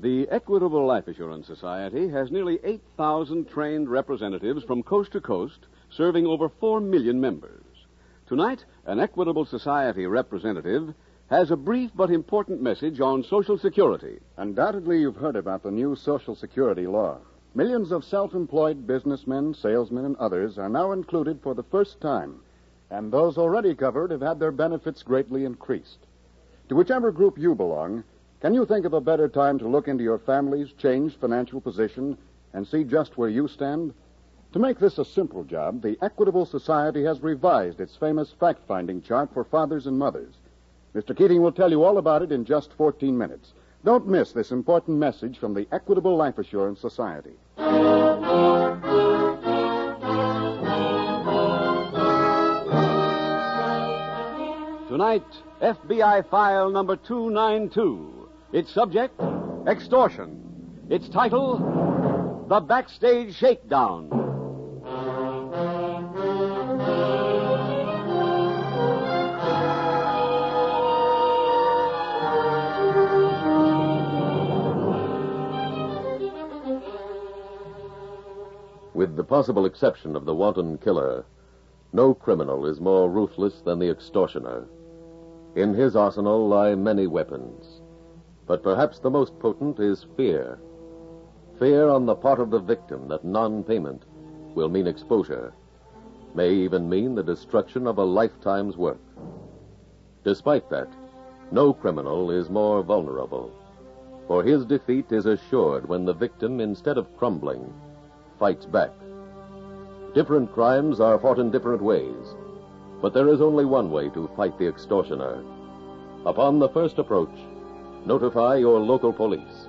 The Equitable Life Assurance Society has nearly 8,000 trained representatives from coast to coast, serving over 4 million members. Tonight, an Equitable Society representative has a brief but important message on Social Security. Undoubtedly, you've heard about the new Social Security law. Millions of self employed businessmen, salesmen, and others are now included for the first time, and those already covered have had their benefits greatly increased. To whichever group you belong, can you think of a better time to look into your family's changed financial position and see just where you stand? To make this a simple job, the Equitable Society has revised its famous fact finding chart for fathers and mothers. Mr. Keating will tell you all about it in just 14 minutes. Don't miss this important message from the Equitable Life Assurance Society. Tonight, FBI file number 292. Its subject, extortion. Its title, The Backstage Shakedown. With the possible exception of the wanton killer, no criminal is more ruthless than the extortioner. In his arsenal lie many weapons, but perhaps the most potent is fear. Fear on the part of the victim that non payment will mean exposure, may even mean the destruction of a lifetime's work. Despite that, no criminal is more vulnerable, for his defeat is assured when the victim, instead of crumbling, fights back. Different crimes are fought in different ways, but there is only one way to fight the extortioner. Upon the first approach, notify your local police.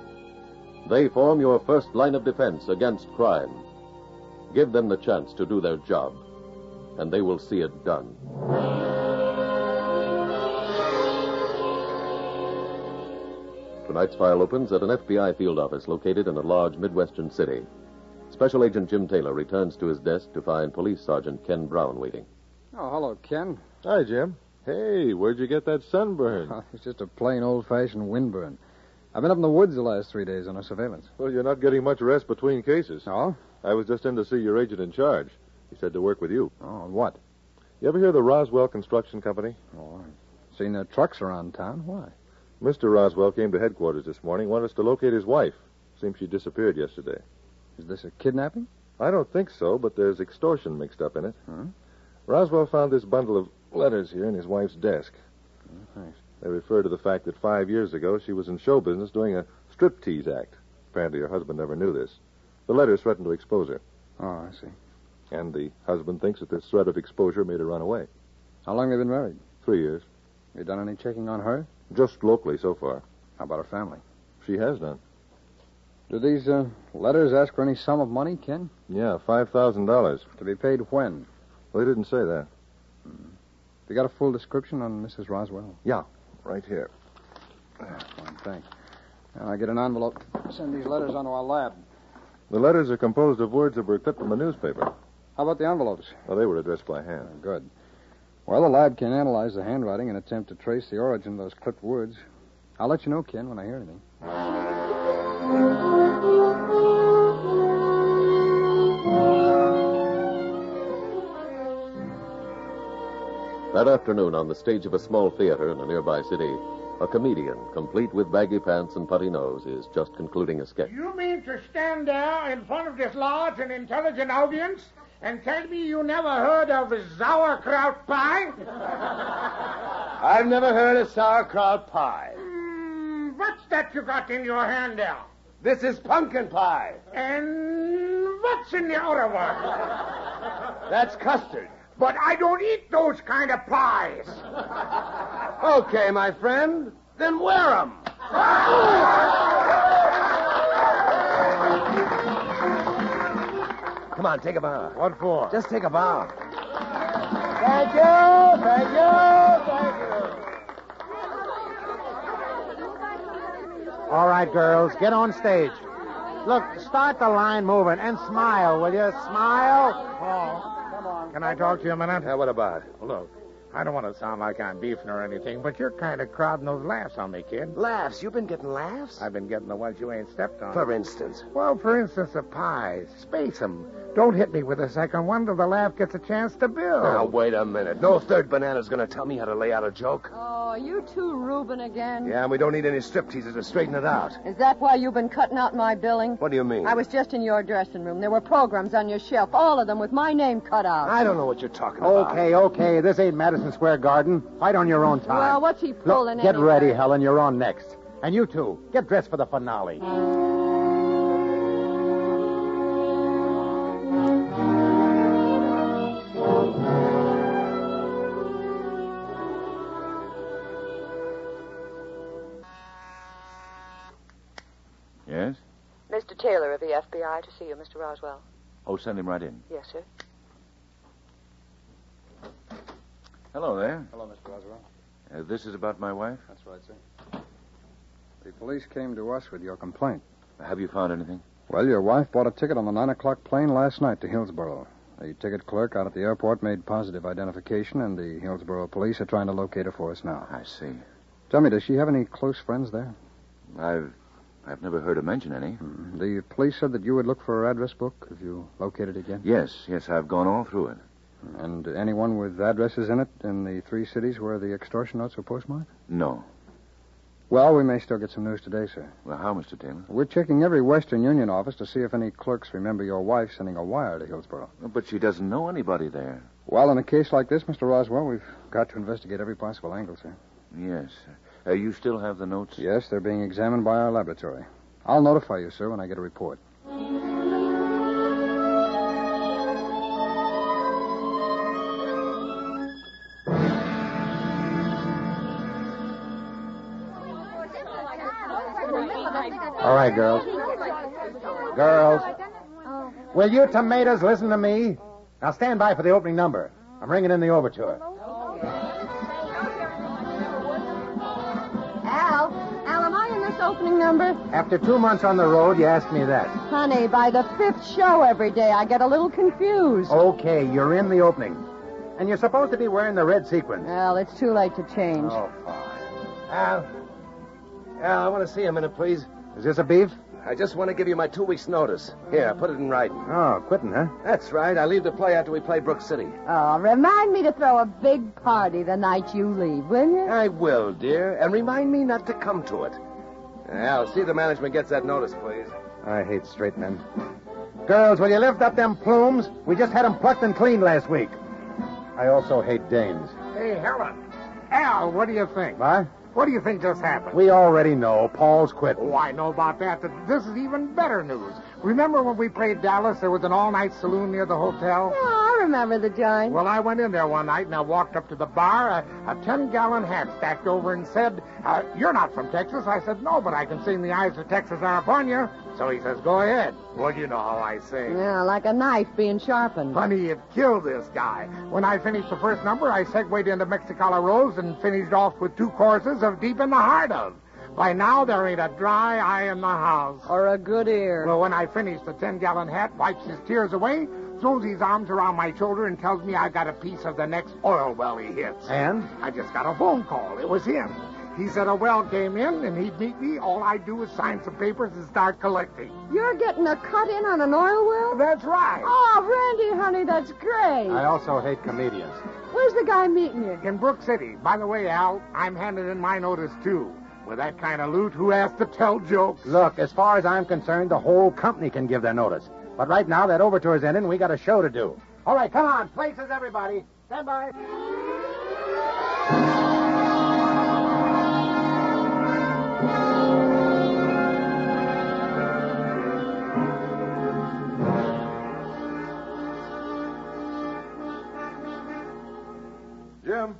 They form your first line of defense against crime. Give them the chance to do their job, and they will see it done. Tonight's file opens at an FBI field office located in a large Midwestern city. Special Agent Jim Taylor returns to his desk to find Police Sergeant Ken Brown waiting. Oh, hello, Ken. Hi, Jim. Hey, where'd you get that sunburn? Oh, it's just a plain old fashioned windburn. I've been up in the woods the last three days on a surveillance. Well, you're not getting much rest between cases. Oh? I was just in to see your agent in charge. He said to work with you. Oh, and what? You ever hear of the Roswell Construction Company? Oh, I've seen their trucks around town. Why? Mr. Roswell came to headquarters this morning, wanted us to locate his wife. Seems she disappeared yesterday. Is this a kidnapping? I don't think so, but there's extortion mixed up in it. Roswell found this bundle of letters here in his wife's desk. Oh, thanks. They refer to the fact that five years ago she was in show business doing a striptease act. Apparently her husband never knew this. The letters threatened to expose her, Oh, I see. and the husband thinks that this threat of exposure made her run away. How long have they been married? Three years. You done any checking on her? Just locally so far. How about her family? She has none. Do these uh, letters ask for any sum of money, Ken? Yeah, five thousand dollars. To be paid when? They didn't say that. You got a full description on Mrs. Roswell? Ah, Right here. Fine, thanks. Now I get an envelope. Send these letters onto our lab. The letters are composed of words that were clipped from a newspaper. How about the envelopes? Well, they were addressed by hand. Ah, Good. Well, the lab can analyze the handwriting and attempt to trace the origin of those clipped words. I'll let you know, Ken, when I hear anything. That afternoon, on the stage of a small theater in a nearby city, a comedian, complete with baggy pants and putty nose, is just concluding a sketch. You mean to stand there in front of this large and intelligent audience and tell me you never heard of sauerkraut pie? I've never heard of sauerkraut pie. Mm, what's that you got in your hand there? This is pumpkin pie. And what's in the other one? That's custard. But I don't eat those kind of pies. Okay, my friend. Then wear 'em. Come on, take a bow. What for? Just take a bow. Thank you, thank you, thank you. All right, girls, get on stage. Look, start the line moving and smile, will you? Smile. Oh, come on. Can I talk to you a minute? Yeah, what about it? Look, I don't want to sound like I'm beefing or anything, but you're kind of crowding those laughs on me, kid. Laughs. You've been getting laughs? I've been getting the ones you ain't stepped on. For instance. well, for instance, the pies. Space 'em. Don't hit me with a second one till the laugh gets a chance to build. Now, wait a minute. No third banana's going to tell me how to lay out a joke. Oh, you too, Reuben, again. Yeah, and we don't need any strip teasers to straighten it out. Is that why you've been cutting out my billing? What do you mean? I was just in your dressing room. There were programs on your shelf, all of them with my name cut out. I don't know what you're talking about. Okay, okay. This ain't Madison Square Garden. Fight on your own time. Well, what's he pulling Look, get anyway? ready, Helen. You're on next. And you two, get dressed for the finale. Yes? Mr. Taylor of the FBI to see you, Mr. Roswell. Oh, send him right in. Yes, sir. Hello there. Hello, Mr. Roswell. Uh, this is about my wife. That's right, sir. The police came to us with your complaint. Have you found anything? Well, your wife bought a ticket on the 9 o'clock plane last night to Hillsboro. The ticket clerk out at the airport made positive identification, and the Hillsboro police are trying to locate her for us now. I see. Tell me, does she have any close friends there? I've I've never heard her mention any. Mm-hmm. The police said that you would look for her address book if you located it yet. Yes, yes, I've gone all through it. And anyone with addresses in it in the three cities where the extortion notes were postmarked? No. Well, we may still get some news today, sir. Well, how, Mr. Taylor? We're checking every Western Union office to see if any clerks remember your wife sending a wire to Hillsboro. But she doesn't know anybody there. Well, in a case like this, Mr. Roswell, we've got to investigate every possible angle, sir. Yes. Uh, you still have the notes? Yes, they're being examined by our Uh, laboratory. I'll notify you, sir, when I get a report. All All right, girls. Girls. Will you tomatoes listen to me? Now stand by for the opening number. I'm ringing in the overture. Al, Al, am I in this opening number? After two months on the road, you asked me that. Honey, by the fifth show every day, I get a little confused. Oh. Okay, you're in the opening. And you're supposed to be wearing the red sequins. Al, it's too late to change. Oh, fine. Al. Al, I want to see you a minute, please. Is this a beef? I just want to give you my two weeks' notice. Here, put it in writing. Oh, quitting, huh? That's right. I leave the play after we play Brook City. Oh, remind me to throw a big party the night you leave, will you? I will, dear. And remind me not to come to it. Al, see the management gets that notice, please. I hate straight men. Girls, will you lift up them plumes? We just had 'em plucked and cleaned last week. I also hate Danes. Hey, Helen. Al, what do you think? What? What do you think just happened? We already know. Paul's quitting. Oh, I know about that, but this is even better news. Remember when we played Dallas, there was an all night saloon near the hotel? Oh, I remember the joint. Well, I went in there one night and I walked up to the bar, a, a 10 gallon hat stacked over, and said, uh, You're not from Texas. I said, No, but I can sing The Eyes of Texas Are Upon You. So he says, Go ahead. Well, you know how I sing. Yeah, like a knife being sharpened. Honey, it killed this guy. When I finished the first number, I segued into Mexicali Rose and finished off with two courses of Deep in the Heart of. By now, there ain't a dry eye in the house. Or a good ear. Well, when I finish, the 10 gallon hat wipes his tears away, throws his arms around my shoulder, and tells me I got a piece of the next oil well he hits. And? I just got a phone call. It was him. He said a well came in and he'd meet me. All I do is sign some papers and start collecting. You're getting a cut in on an oil well? That's right. Oh, Randy, honey, that's great. I also hate comedians. Where's the guy meeting you? In Brook City. By the way, Al, I'm handing in my notice, too. With that kind of loot, who has to tell jokes? Look, as far as I'm concerned, the whole company can give their notice. But right now, that overture's ending, we got a show to do. All right, come on, places, everybody. Stand by. Jim,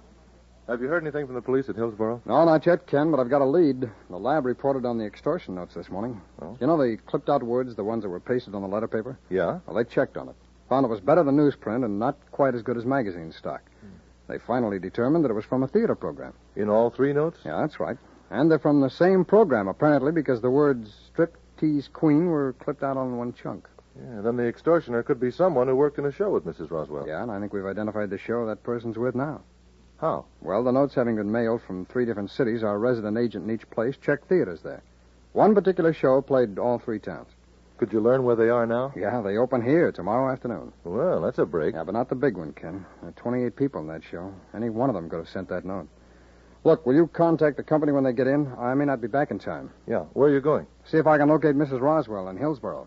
have you heard anything from the police at Hillsboro? No, not yet, Ken, but I've got a lead. The lab reported on the extortion notes this morning. Oh? You know the clipped out words, the ones that were pasted on the letter paper? Yeah. Well, they checked on it. Found it was better than newsprint and not quite as good as magazine stock. They finally determined that it was from a theater program. In all three notes? Yeah, that's right. And they're from the same program, apparently, because the words strip tease queen were clipped out on one chunk. Yeah, then the extortioner could be someone who worked in a show with Mrs. Roswell. Yeah, and I think we've identified the show that person's with now. How? Well, the notes having been mailed from three different cities, our resident agent in each place checked theaters there. One particular show played all three towns. Could you learn where they are now? Yeah, they open here tomorrow afternoon. Well, that's a break. Yeah, but not the big one, Ken. There are 28 people in that show. Any one of them could have sent that note. Look, will you contact the company when they get in? I may not be back in time. Yeah. Where are you going? See if I can locate Mrs. Roswell in Hillsboro.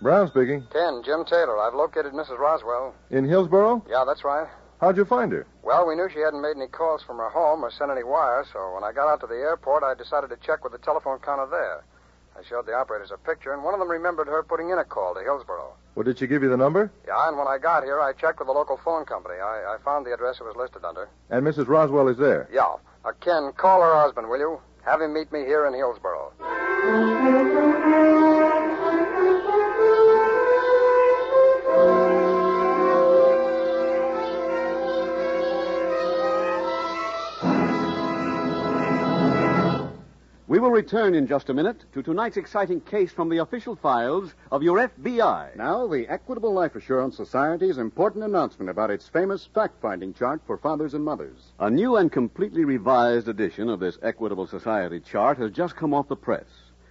Brown speaking. Ken, Jim Taylor. I've located Mrs. Roswell. In Hillsboro? Yeah, that's right. How'd you find her? Well, we knew she hadn't made any calls from her home or sent any wires, so when I got out to the airport, I decided to check with the telephone counter there. I showed the operators a picture, and one of them remembered her putting in a call to Hillsboro. Well, did she give you the number? Yeah, and when I got here, I checked with the local phone company. I, I found the address it was listed under. And Mrs. Roswell is there. Yeah. Now, Ken, call her husband, will you? Have him meet me here in Hillsboro. We will return in just a minute to tonight's exciting case from the official files of your FBI. Now, the Equitable Life Assurance Society's important announcement about its famous fact finding chart for fathers and mothers. A new and completely revised edition of this Equitable Society chart has just come off the press.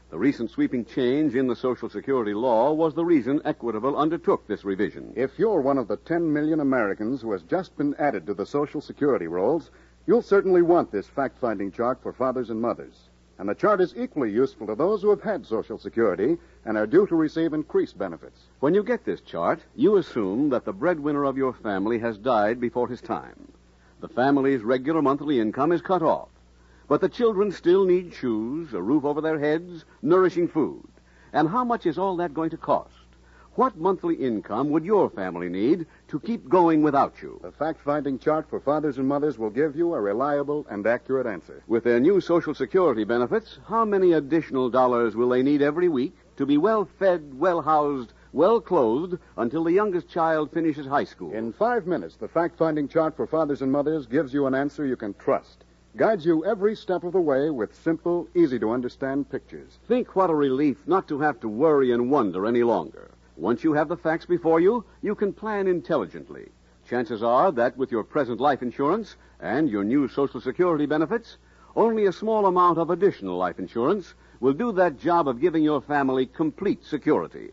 The recent sweeping change in the Social Security law was the reason Equitable undertook this revision. If you're one of the 10 million Americans who has just been added to the Social Security rolls, you'll certainly want this fact finding chart for fathers and mothers. And the chart is equally useful to those who have had Social Security and are due to receive increased benefits. When you get this chart, you assume that the breadwinner of your family has died before his time. The family's regular monthly income is cut off. But the children still need shoes, a roof over their heads, nourishing food. And how much is all that going to cost? What monthly income would your family need to keep going without you? The fact finding chart for fathers and mothers will give you a reliable and accurate answer. With their new Social Security benefits, how many additional dollars will they need every week to be well fed, well housed, well clothed until the youngest child finishes high school? In five minutes, the fact finding chart for fathers and mothers gives you an answer you can trust, guides you every step of the way with simple, easy to understand pictures. Think what a relief not to have to worry and wonder any longer. Once you have the facts before you, you can plan intelligently. Chances are that with your present life insurance and your new Social Security benefits, only a small amount of additional life insurance will do that job of giving your family complete security.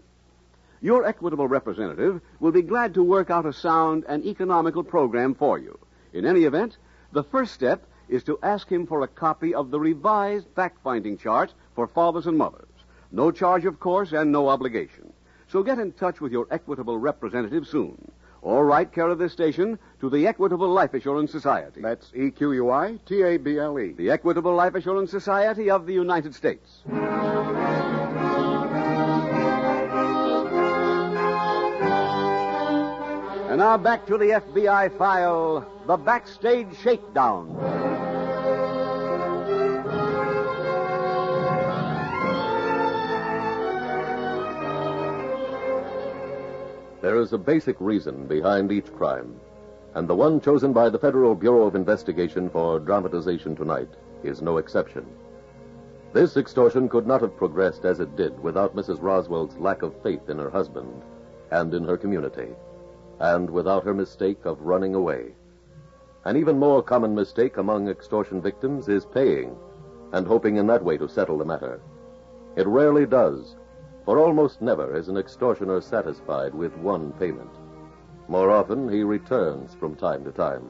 Your equitable representative will be glad to work out a sound and economical program for you. In any event, the first step is to ask him for a copy of the revised fact finding chart for fathers and mothers. No charge, of course, and no obligation. So get in touch with your equitable representative soon. Or write care of this station to the Equitable Life Assurance Society. That's E Q U I T A B L E. The Equitable Life Assurance Society of the United States. And now back to the FBI file The Backstage Shakedown. There is a basic reason behind each crime, and the one chosen by the Federal Bureau of Investigation for dramatization tonight is no exception. This extortion could not have progressed as it did without Mrs. Roswell's lack of faith in her husband and in her community, and without her mistake of running away. An even more common mistake among extortion victims is paying and hoping in that way to settle the matter. It rarely does, for almost never is an extortioner satisfied with one payment. More often, he returns from time to time,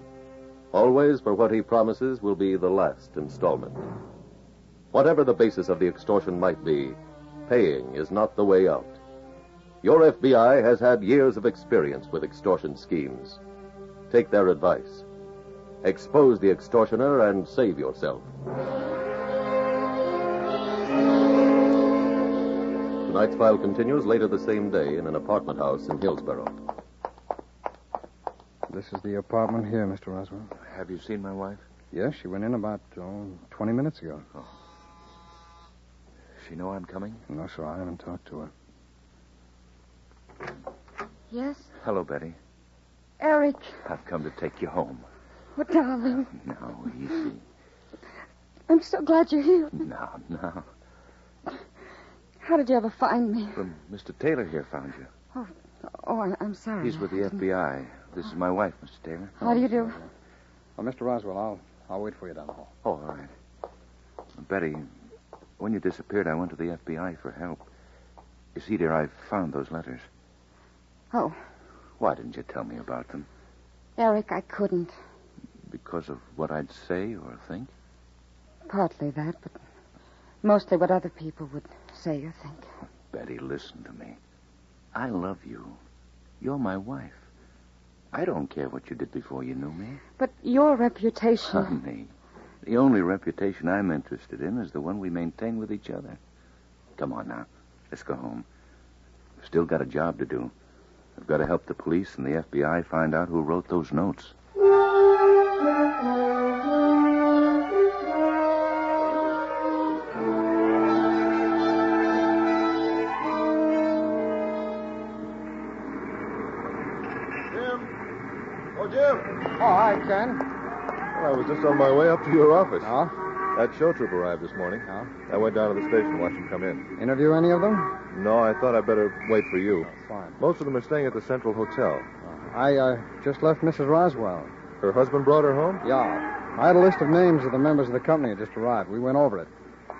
always for what he promises will be the last installment. Whatever the basis of the extortion might be, paying is not the way out. Your FBI has had years of experience with extortion schemes. Take their advice. Expose the extortioner and save yourself. Tonight's file continues later the same day in an apartment house in Hillsboro. This is the apartment here, Mr. Roswell. Have you seen my wife? Yes, she went in about oh, 20 minutes ago. Oh. She know I'm coming? No, sir, I haven't talked to her. Yes? Hello, Betty. Eric. I've come to take you home. Oh, darling. Now, easy. I'm so glad you're here. Now, now. How did you ever find me? Well, Mr. Taylor here found you. Oh, oh I, am sorry. He's with the FBI. This is my wife, Mr. Taylor. How do you do? Well, Mr. Roswell, I'll, I'll wait for you down the hall. Oh, all right. Betty, when you disappeared, I went to the FBI for help. You see, dear, I found those letters. Oh, Why didn't you tell me about them? Eric, I couldn't. Because of what I'd say or think? Partly that, but mostly what other people would say or think. Betty, listen to me. I love you. You're my wife. I don't care what you did before you knew me. But your reputation. Honey, the only reputation I'm interested in is the one we maintain with each other. Come on now. Let's go home. I've still got a job to do. I've got to help the police and the FBI find out who wrote those notes. Oh, Jim! Oh, hi, Ken. Well, I was just on my way up to your office. Huh? That show troop arrived this morning. Huh? I went down to the station and watched him come in. Interview any of them? Oh, No, I thought I'd better wait for you. Fine. Most of them are staying at the Central Hotel. I uh, just left Mrs. Roswell. Her husband brought her home? Yeah. I had a list of names of the members of the company that just arrived. We went over it.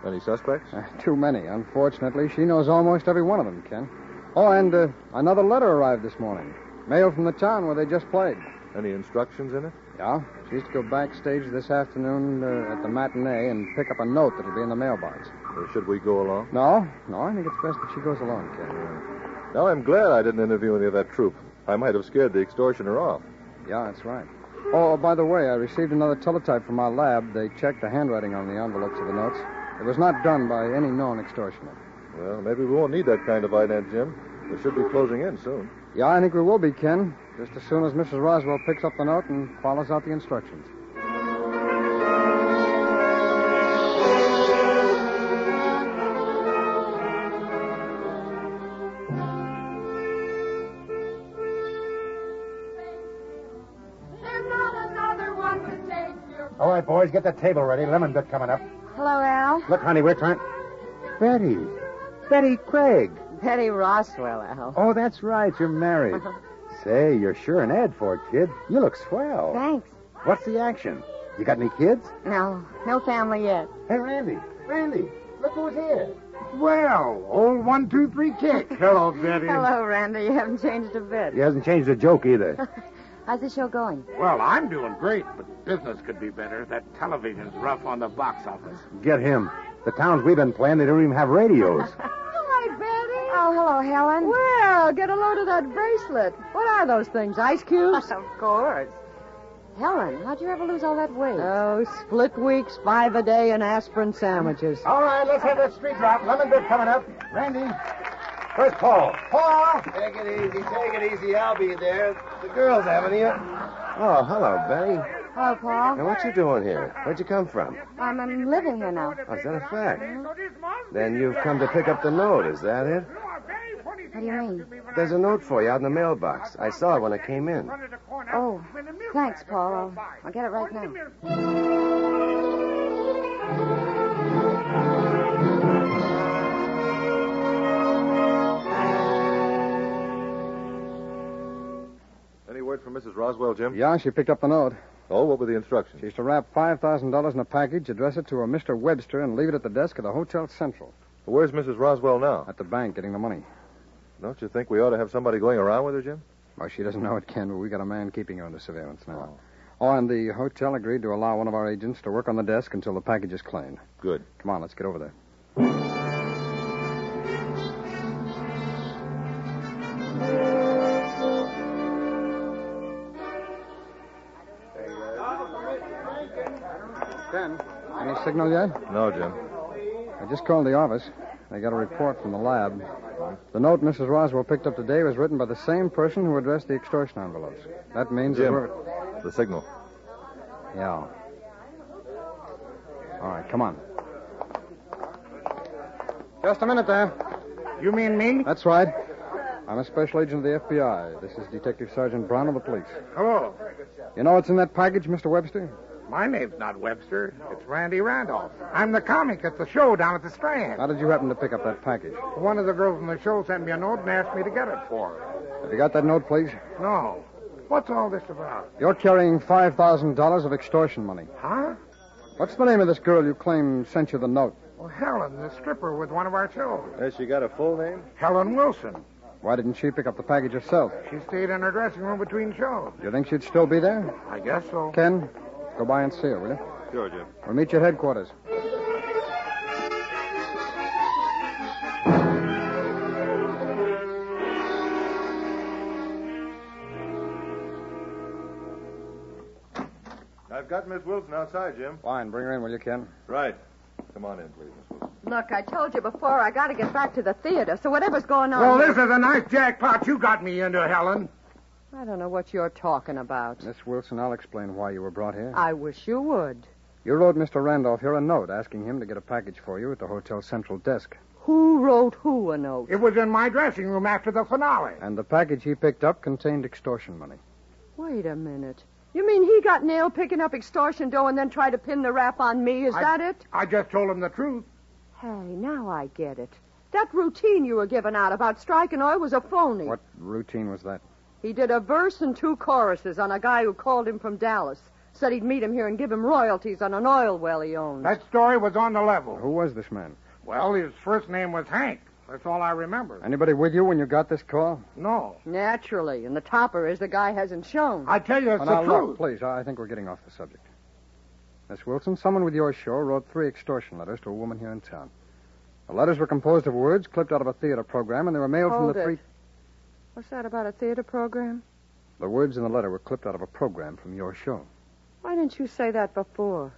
Any suspects? Uh, too many, unfortunately. She knows almost every one of them, Ken. Oh, and uh, another letter arrived this morning. Mail from the town where they just played. Any instructions in it? Yeah. She's to go backstage this afternoon uh, at the matinee and pick up a note that'll be in the mailbox. Or should we go along? No, no, I think it's best that she goes alone, Ken. Now, I'm glad I didn't interview any of that troop. I might have scared the extortioner off. Yeah, that's right. Oh, by the way, I received another teletype from our lab. They checked the handwriting on the envelopes of the notes. It was not done by any known extortioner. Well, maybe we won't need that kind of ident, Jim. We should be closing in soon. Yeah, I think we will be, Ken. Just as soon as Mrs. Roswell picks up the note and follows out the instructions. There's not another one to take you. All right, boys, get the table ready. Lemon bit coming up. Hello, Al. Look, honey, we're trying. Betty. Betty Craig. Betty Roswell, Al. Oh, that's right. You're married. Say, you're sure an ad for it, kid. You look swell. Thanks. What's the action? You got any kids? No, no family yet. Hey, Randy. Randy, look who's here. Well, old one, two, three kick. Hello, Betty. Hello, Randy. You haven't changed a bit. He hasn't changed a joke either. How's the show going? Well, I'm doing great, but business could be better. That television's rough on the box office. Get him. The towns we've been playing, they don't even have radios. Hi, Betty. Oh, hello, Helen. Well, get a load of that bracelet. What are those things? Ice cubes? Of course. Helen, how'd you ever lose all that weight? oh, split weeks, five a day, and aspirin sandwiches. All right, let's have that street drop. Lemon bit coming up. Randy. Where's Paul? Paul! Take it easy, take it easy. I'll be there. The girls haven't even. Oh, hello, Betty. hello, Oh, Paul. Now, what you doing here? Where'd you come from? I'm, I'm living here now. Oh, is that a fact? Then you've come to pick up the note, is that it? What do you mean? There's a note for you out in the mailbox. I saw it when I came in. Oh, thanks, Paul. I'll, I'll get it right now. Any word from Mrs. Roswell, Jim? Yeah, she picked up the note. Oh, what were the instructions? She's to wrap $5,000 in a package, address it to a Mr. Webster, and leave it at the desk of the Hotel Central. Where's Mrs. Roswell now? At the bank, getting the money. Don't you think we ought to have somebody going around with her, Jim? Well, she doesn't know it, Ken, but we got a man keeping her under surveillance now. Oh, and the hotel agreed to allow one of our agents to work on the desk until the package is claimed. Good. Come on, let's get over there. Ken, any signal yet? No, Jim. I just called the office. They got a report from the lab. The note Mrs. Roswell picked up today was written by the same person who addressed the extortion envelopes. That means that Jim, we're. the signal. Yeah. All right, come on. Just a minute there. You mean me? That's right. I'm a special agent of the FBI. This is Detective Sergeant Brown of the police. Hello. You know what's in that package, Mr. Webster? My name's not Webster. It's Randy Randolph. I'm the comic at the show down at the Strand. How did you happen to pick up that package? One of the girls from the show sent me a note and asked me to get it for her. Have you got that note, please? No. What's all this about? You're carrying $5,000 of extortion money. Huh? What's the name of this girl you claim sent you the note? Well, Helen, the stripper with one of our shows. Has she got a full name? Helen Wilson. Why didn't she pick up the package herself? She stayed in her dressing room between shows. Do you think she'd still be there? I guess so. Ken, go by and see her, will you? Sure, Jim. We'll meet you at headquarters. I've got Miss Wilson outside, Jim. Fine, bring her in, will you, Ken? Right. Come on in, please, Miss Wilson. Look, I told you before, I gotta get back to the theater, so whatever's going on. Well, this is a nice jackpot you got me into, Helen. I don't know what you're talking about. Miss Wilson, I'll explain why you were brought here. I wish you would. You wrote Mr. Randolph here a note asking him to get a package for you at the Hotel Central desk. Who wrote who a note? It was in my dressing room after the finale. And the package he picked up contained extortion money. Wait a minute. You mean he got nailed picking up extortion dough and then tried to pin the rap on me? Is I- that it? I just told him the truth. Hey, now I get it. That routine you were giving out about striking oil was a phony. What routine was that? He did a verse and two choruses on a guy who called him from Dallas. Said he'd meet him here and give him royalties on an oil well he owned. That story was on the level. Who was this man? Well, his first name was Hank. That's all I remember. Anybody with you when you got this call? No. Naturally, and the topper is the guy hasn't shown. I tell you, it's Oh, the now, truth. look, please, I I think we're getting off the subject. Miss Wilson, someone with your show wrote three extortion letters to a woman here in town. The letters were composed of words clipped out of a theater program, and they were mailed Hold from the it. three. What's that about a theater program? The words in the letter were clipped out of a program from your show. Why didn't you say that before?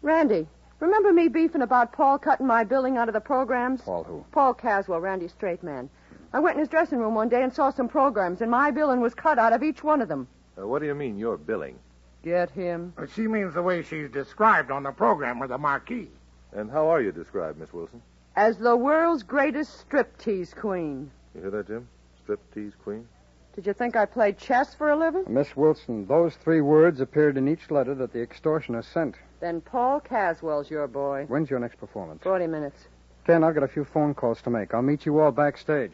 Randy, remember me beefing about Paul cutting my billing out of the programs? Paul, who? Paul Caswell, Randy's straight man. I went in his dressing room one day and saw some programs, and my billing was cut out of each one of them. Uh, what do you mean, you're billing? Get him. Uh, She means the way she's described on the program with the marquee. And how are you described, Miss Wilson? As the world's greatest striptease queen. You hear that, Jim? Striptease queen. Did you think I played chess for a living? Miss Wilson, those three words appeared in each letter that the extortioner sent. Then Paul Caswell's your boy. When's your next performance? Forty minutes. Ken, I've got a few phone calls to make. I'll meet you all backstage.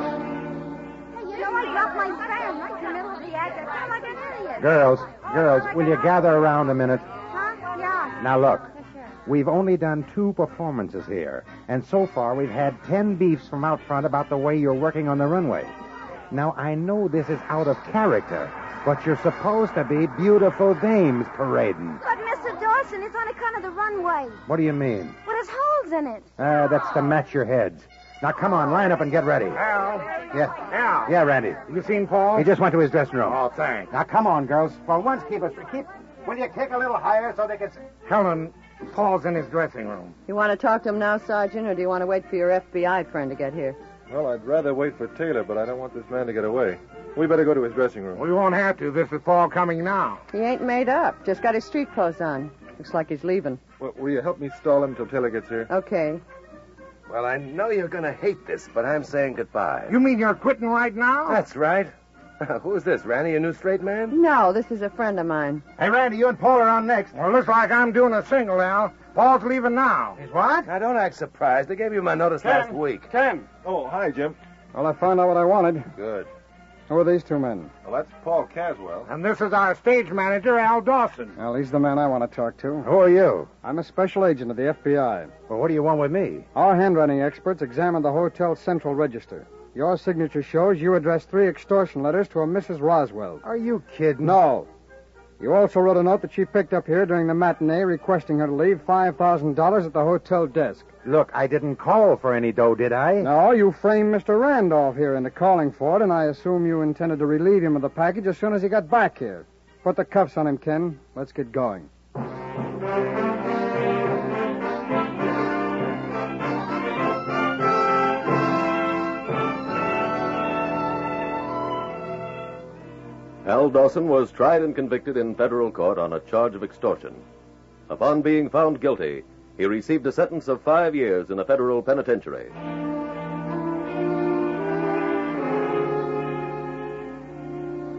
You know, I dropped my fan right in the middle of the act. I sound like an idiot. Girls, girls, will you gather around a minute? Huh? Yeah. Now look, Yes, sir. we've only done two performances here, and so far we've had ten beefs from out front about the way you're working on the runway. Now I know this is out of character, but you're supposed to be beautiful dames parading. But Mr. Dawson, it's on account of the runway. What do you mean? Well, there's holes in it. Ah, that's to match your heads. Now come on, line up and get ready. Al, Yeah, Al. yeah, Randy. You seen Paul? He just went to his dressing room. Oh, thanks. Now come on, girls. For once, keep us. Keep. Will you kick a little higher so they can? Helen, Paul's in his dressing room. You want to talk to him now, Sergeant, or do you want to wait for your FBI friend to get here? Well, I'd rather wait for Taylor, but I don't want this man to get away. We better go to his dressing room. We won't have to. This is all coming now. He ain't made up. Just got his street clothes on. Looks like he's leaving. Well, will you help me stall him till Taylor gets here? Okay. Well, I know you're going to hate this, but I'm saying goodbye. You mean you're quitting right now? That's right. Who's this, Randy, your new straight man? No, this is a friend of mine. Hey, Randy, you and Paul are on next. Well, looks like I'm doing a single, Al. Paul's leaving now. He's what? Now, don't act surprised. I gave you my notice last week. Ken. Oh, hi, Jim. Well, I found out what I wanted. Good. Who are these two men? Well, that's Paul Caswell. And this is our stage manager, Al Dawson. Well, he's the man I want to talk to. Who are you? I'm a special agent of the FBI. Well, what do you want with me? Our handwriting experts examined the hotel central register. Your signature shows you addressed three extortion letters to a Mrs. Roswell. Are you kidding? No. You also wrote a note that she picked up here during the matinee requesting her to leave $5,000 at the hotel desk. Look, I didn't call for any dough, did I? No, you framed Mr. Randolph here into calling for it, and I assume you intended to relieve him of the package as soon as he got back here. Put the cuffs on him, Ken. Let's get going. Al Dawson was tried and convicted in federal court on a charge of extortion. Upon being found guilty, he received a sentence of five years in a federal penitentiary.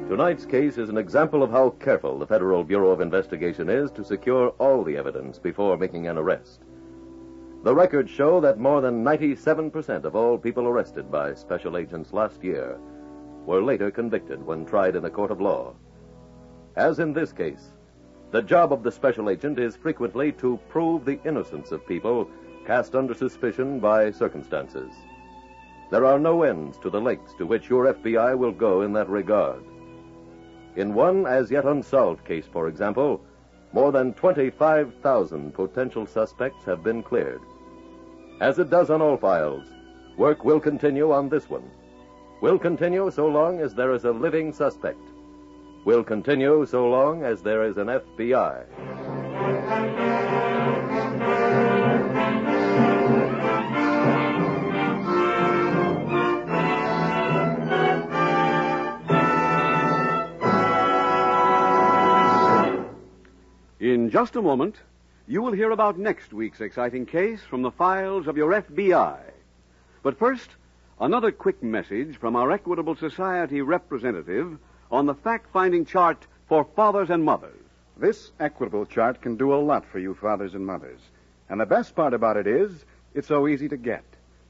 Tonight's case is an example of how careful the Federal Bureau of Investigation is to secure all the evidence before making an arrest. The records show that more than 97% of all people arrested by special agents last year were later convicted when tried in a court of law. As in this case, the job of the special agent is frequently to prove the innocence of people cast under suspicion by circumstances. There are no ends to the lengths to which your FBI will go in that regard. In one as yet unsolved case, for example, more than 25,000 potential suspects have been cleared. As it does on all files, work will continue on this one will continue so long as there is a living suspect. Will continue so long as there is an FBI. In just a moment, you will hear about next week's exciting case from the files of your FBI. But first, Another quick message from our Equitable Society representative on the fact finding chart for fathers and mothers. This equitable chart can do a lot for you fathers and mothers. And the best part about it is, it's so easy to get.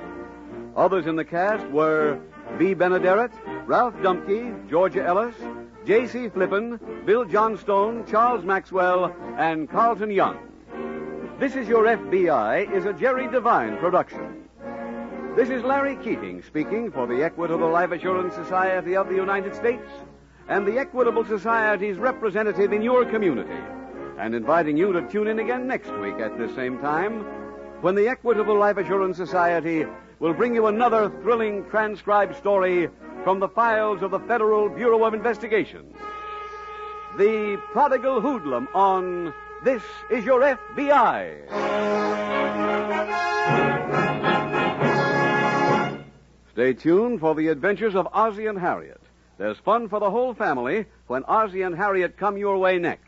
Others in the cast were V. Benaderet, Ralph Dumpke, Georgia Ellis, J.C. Flippin, Bill Johnstone, Charles Maxwell, and Carlton Young. This is Your FBI is a Jerry Devine production. This is Larry Keating speaking for the Equitable Life Assurance Society of the United States and the Equitable Society's representative in your community, and inviting you to tune in again next week at this same time when the Equitable Life Assurance Society will bring you another thrilling transcribed story from the files of the Federal Bureau of Investigation. The Prodigal Hoodlum on This Is Your FBI. Stay tuned for the adventures of Ozzie and Harriet. There's fun for the whole family when Ozzie and Harriet come your way next.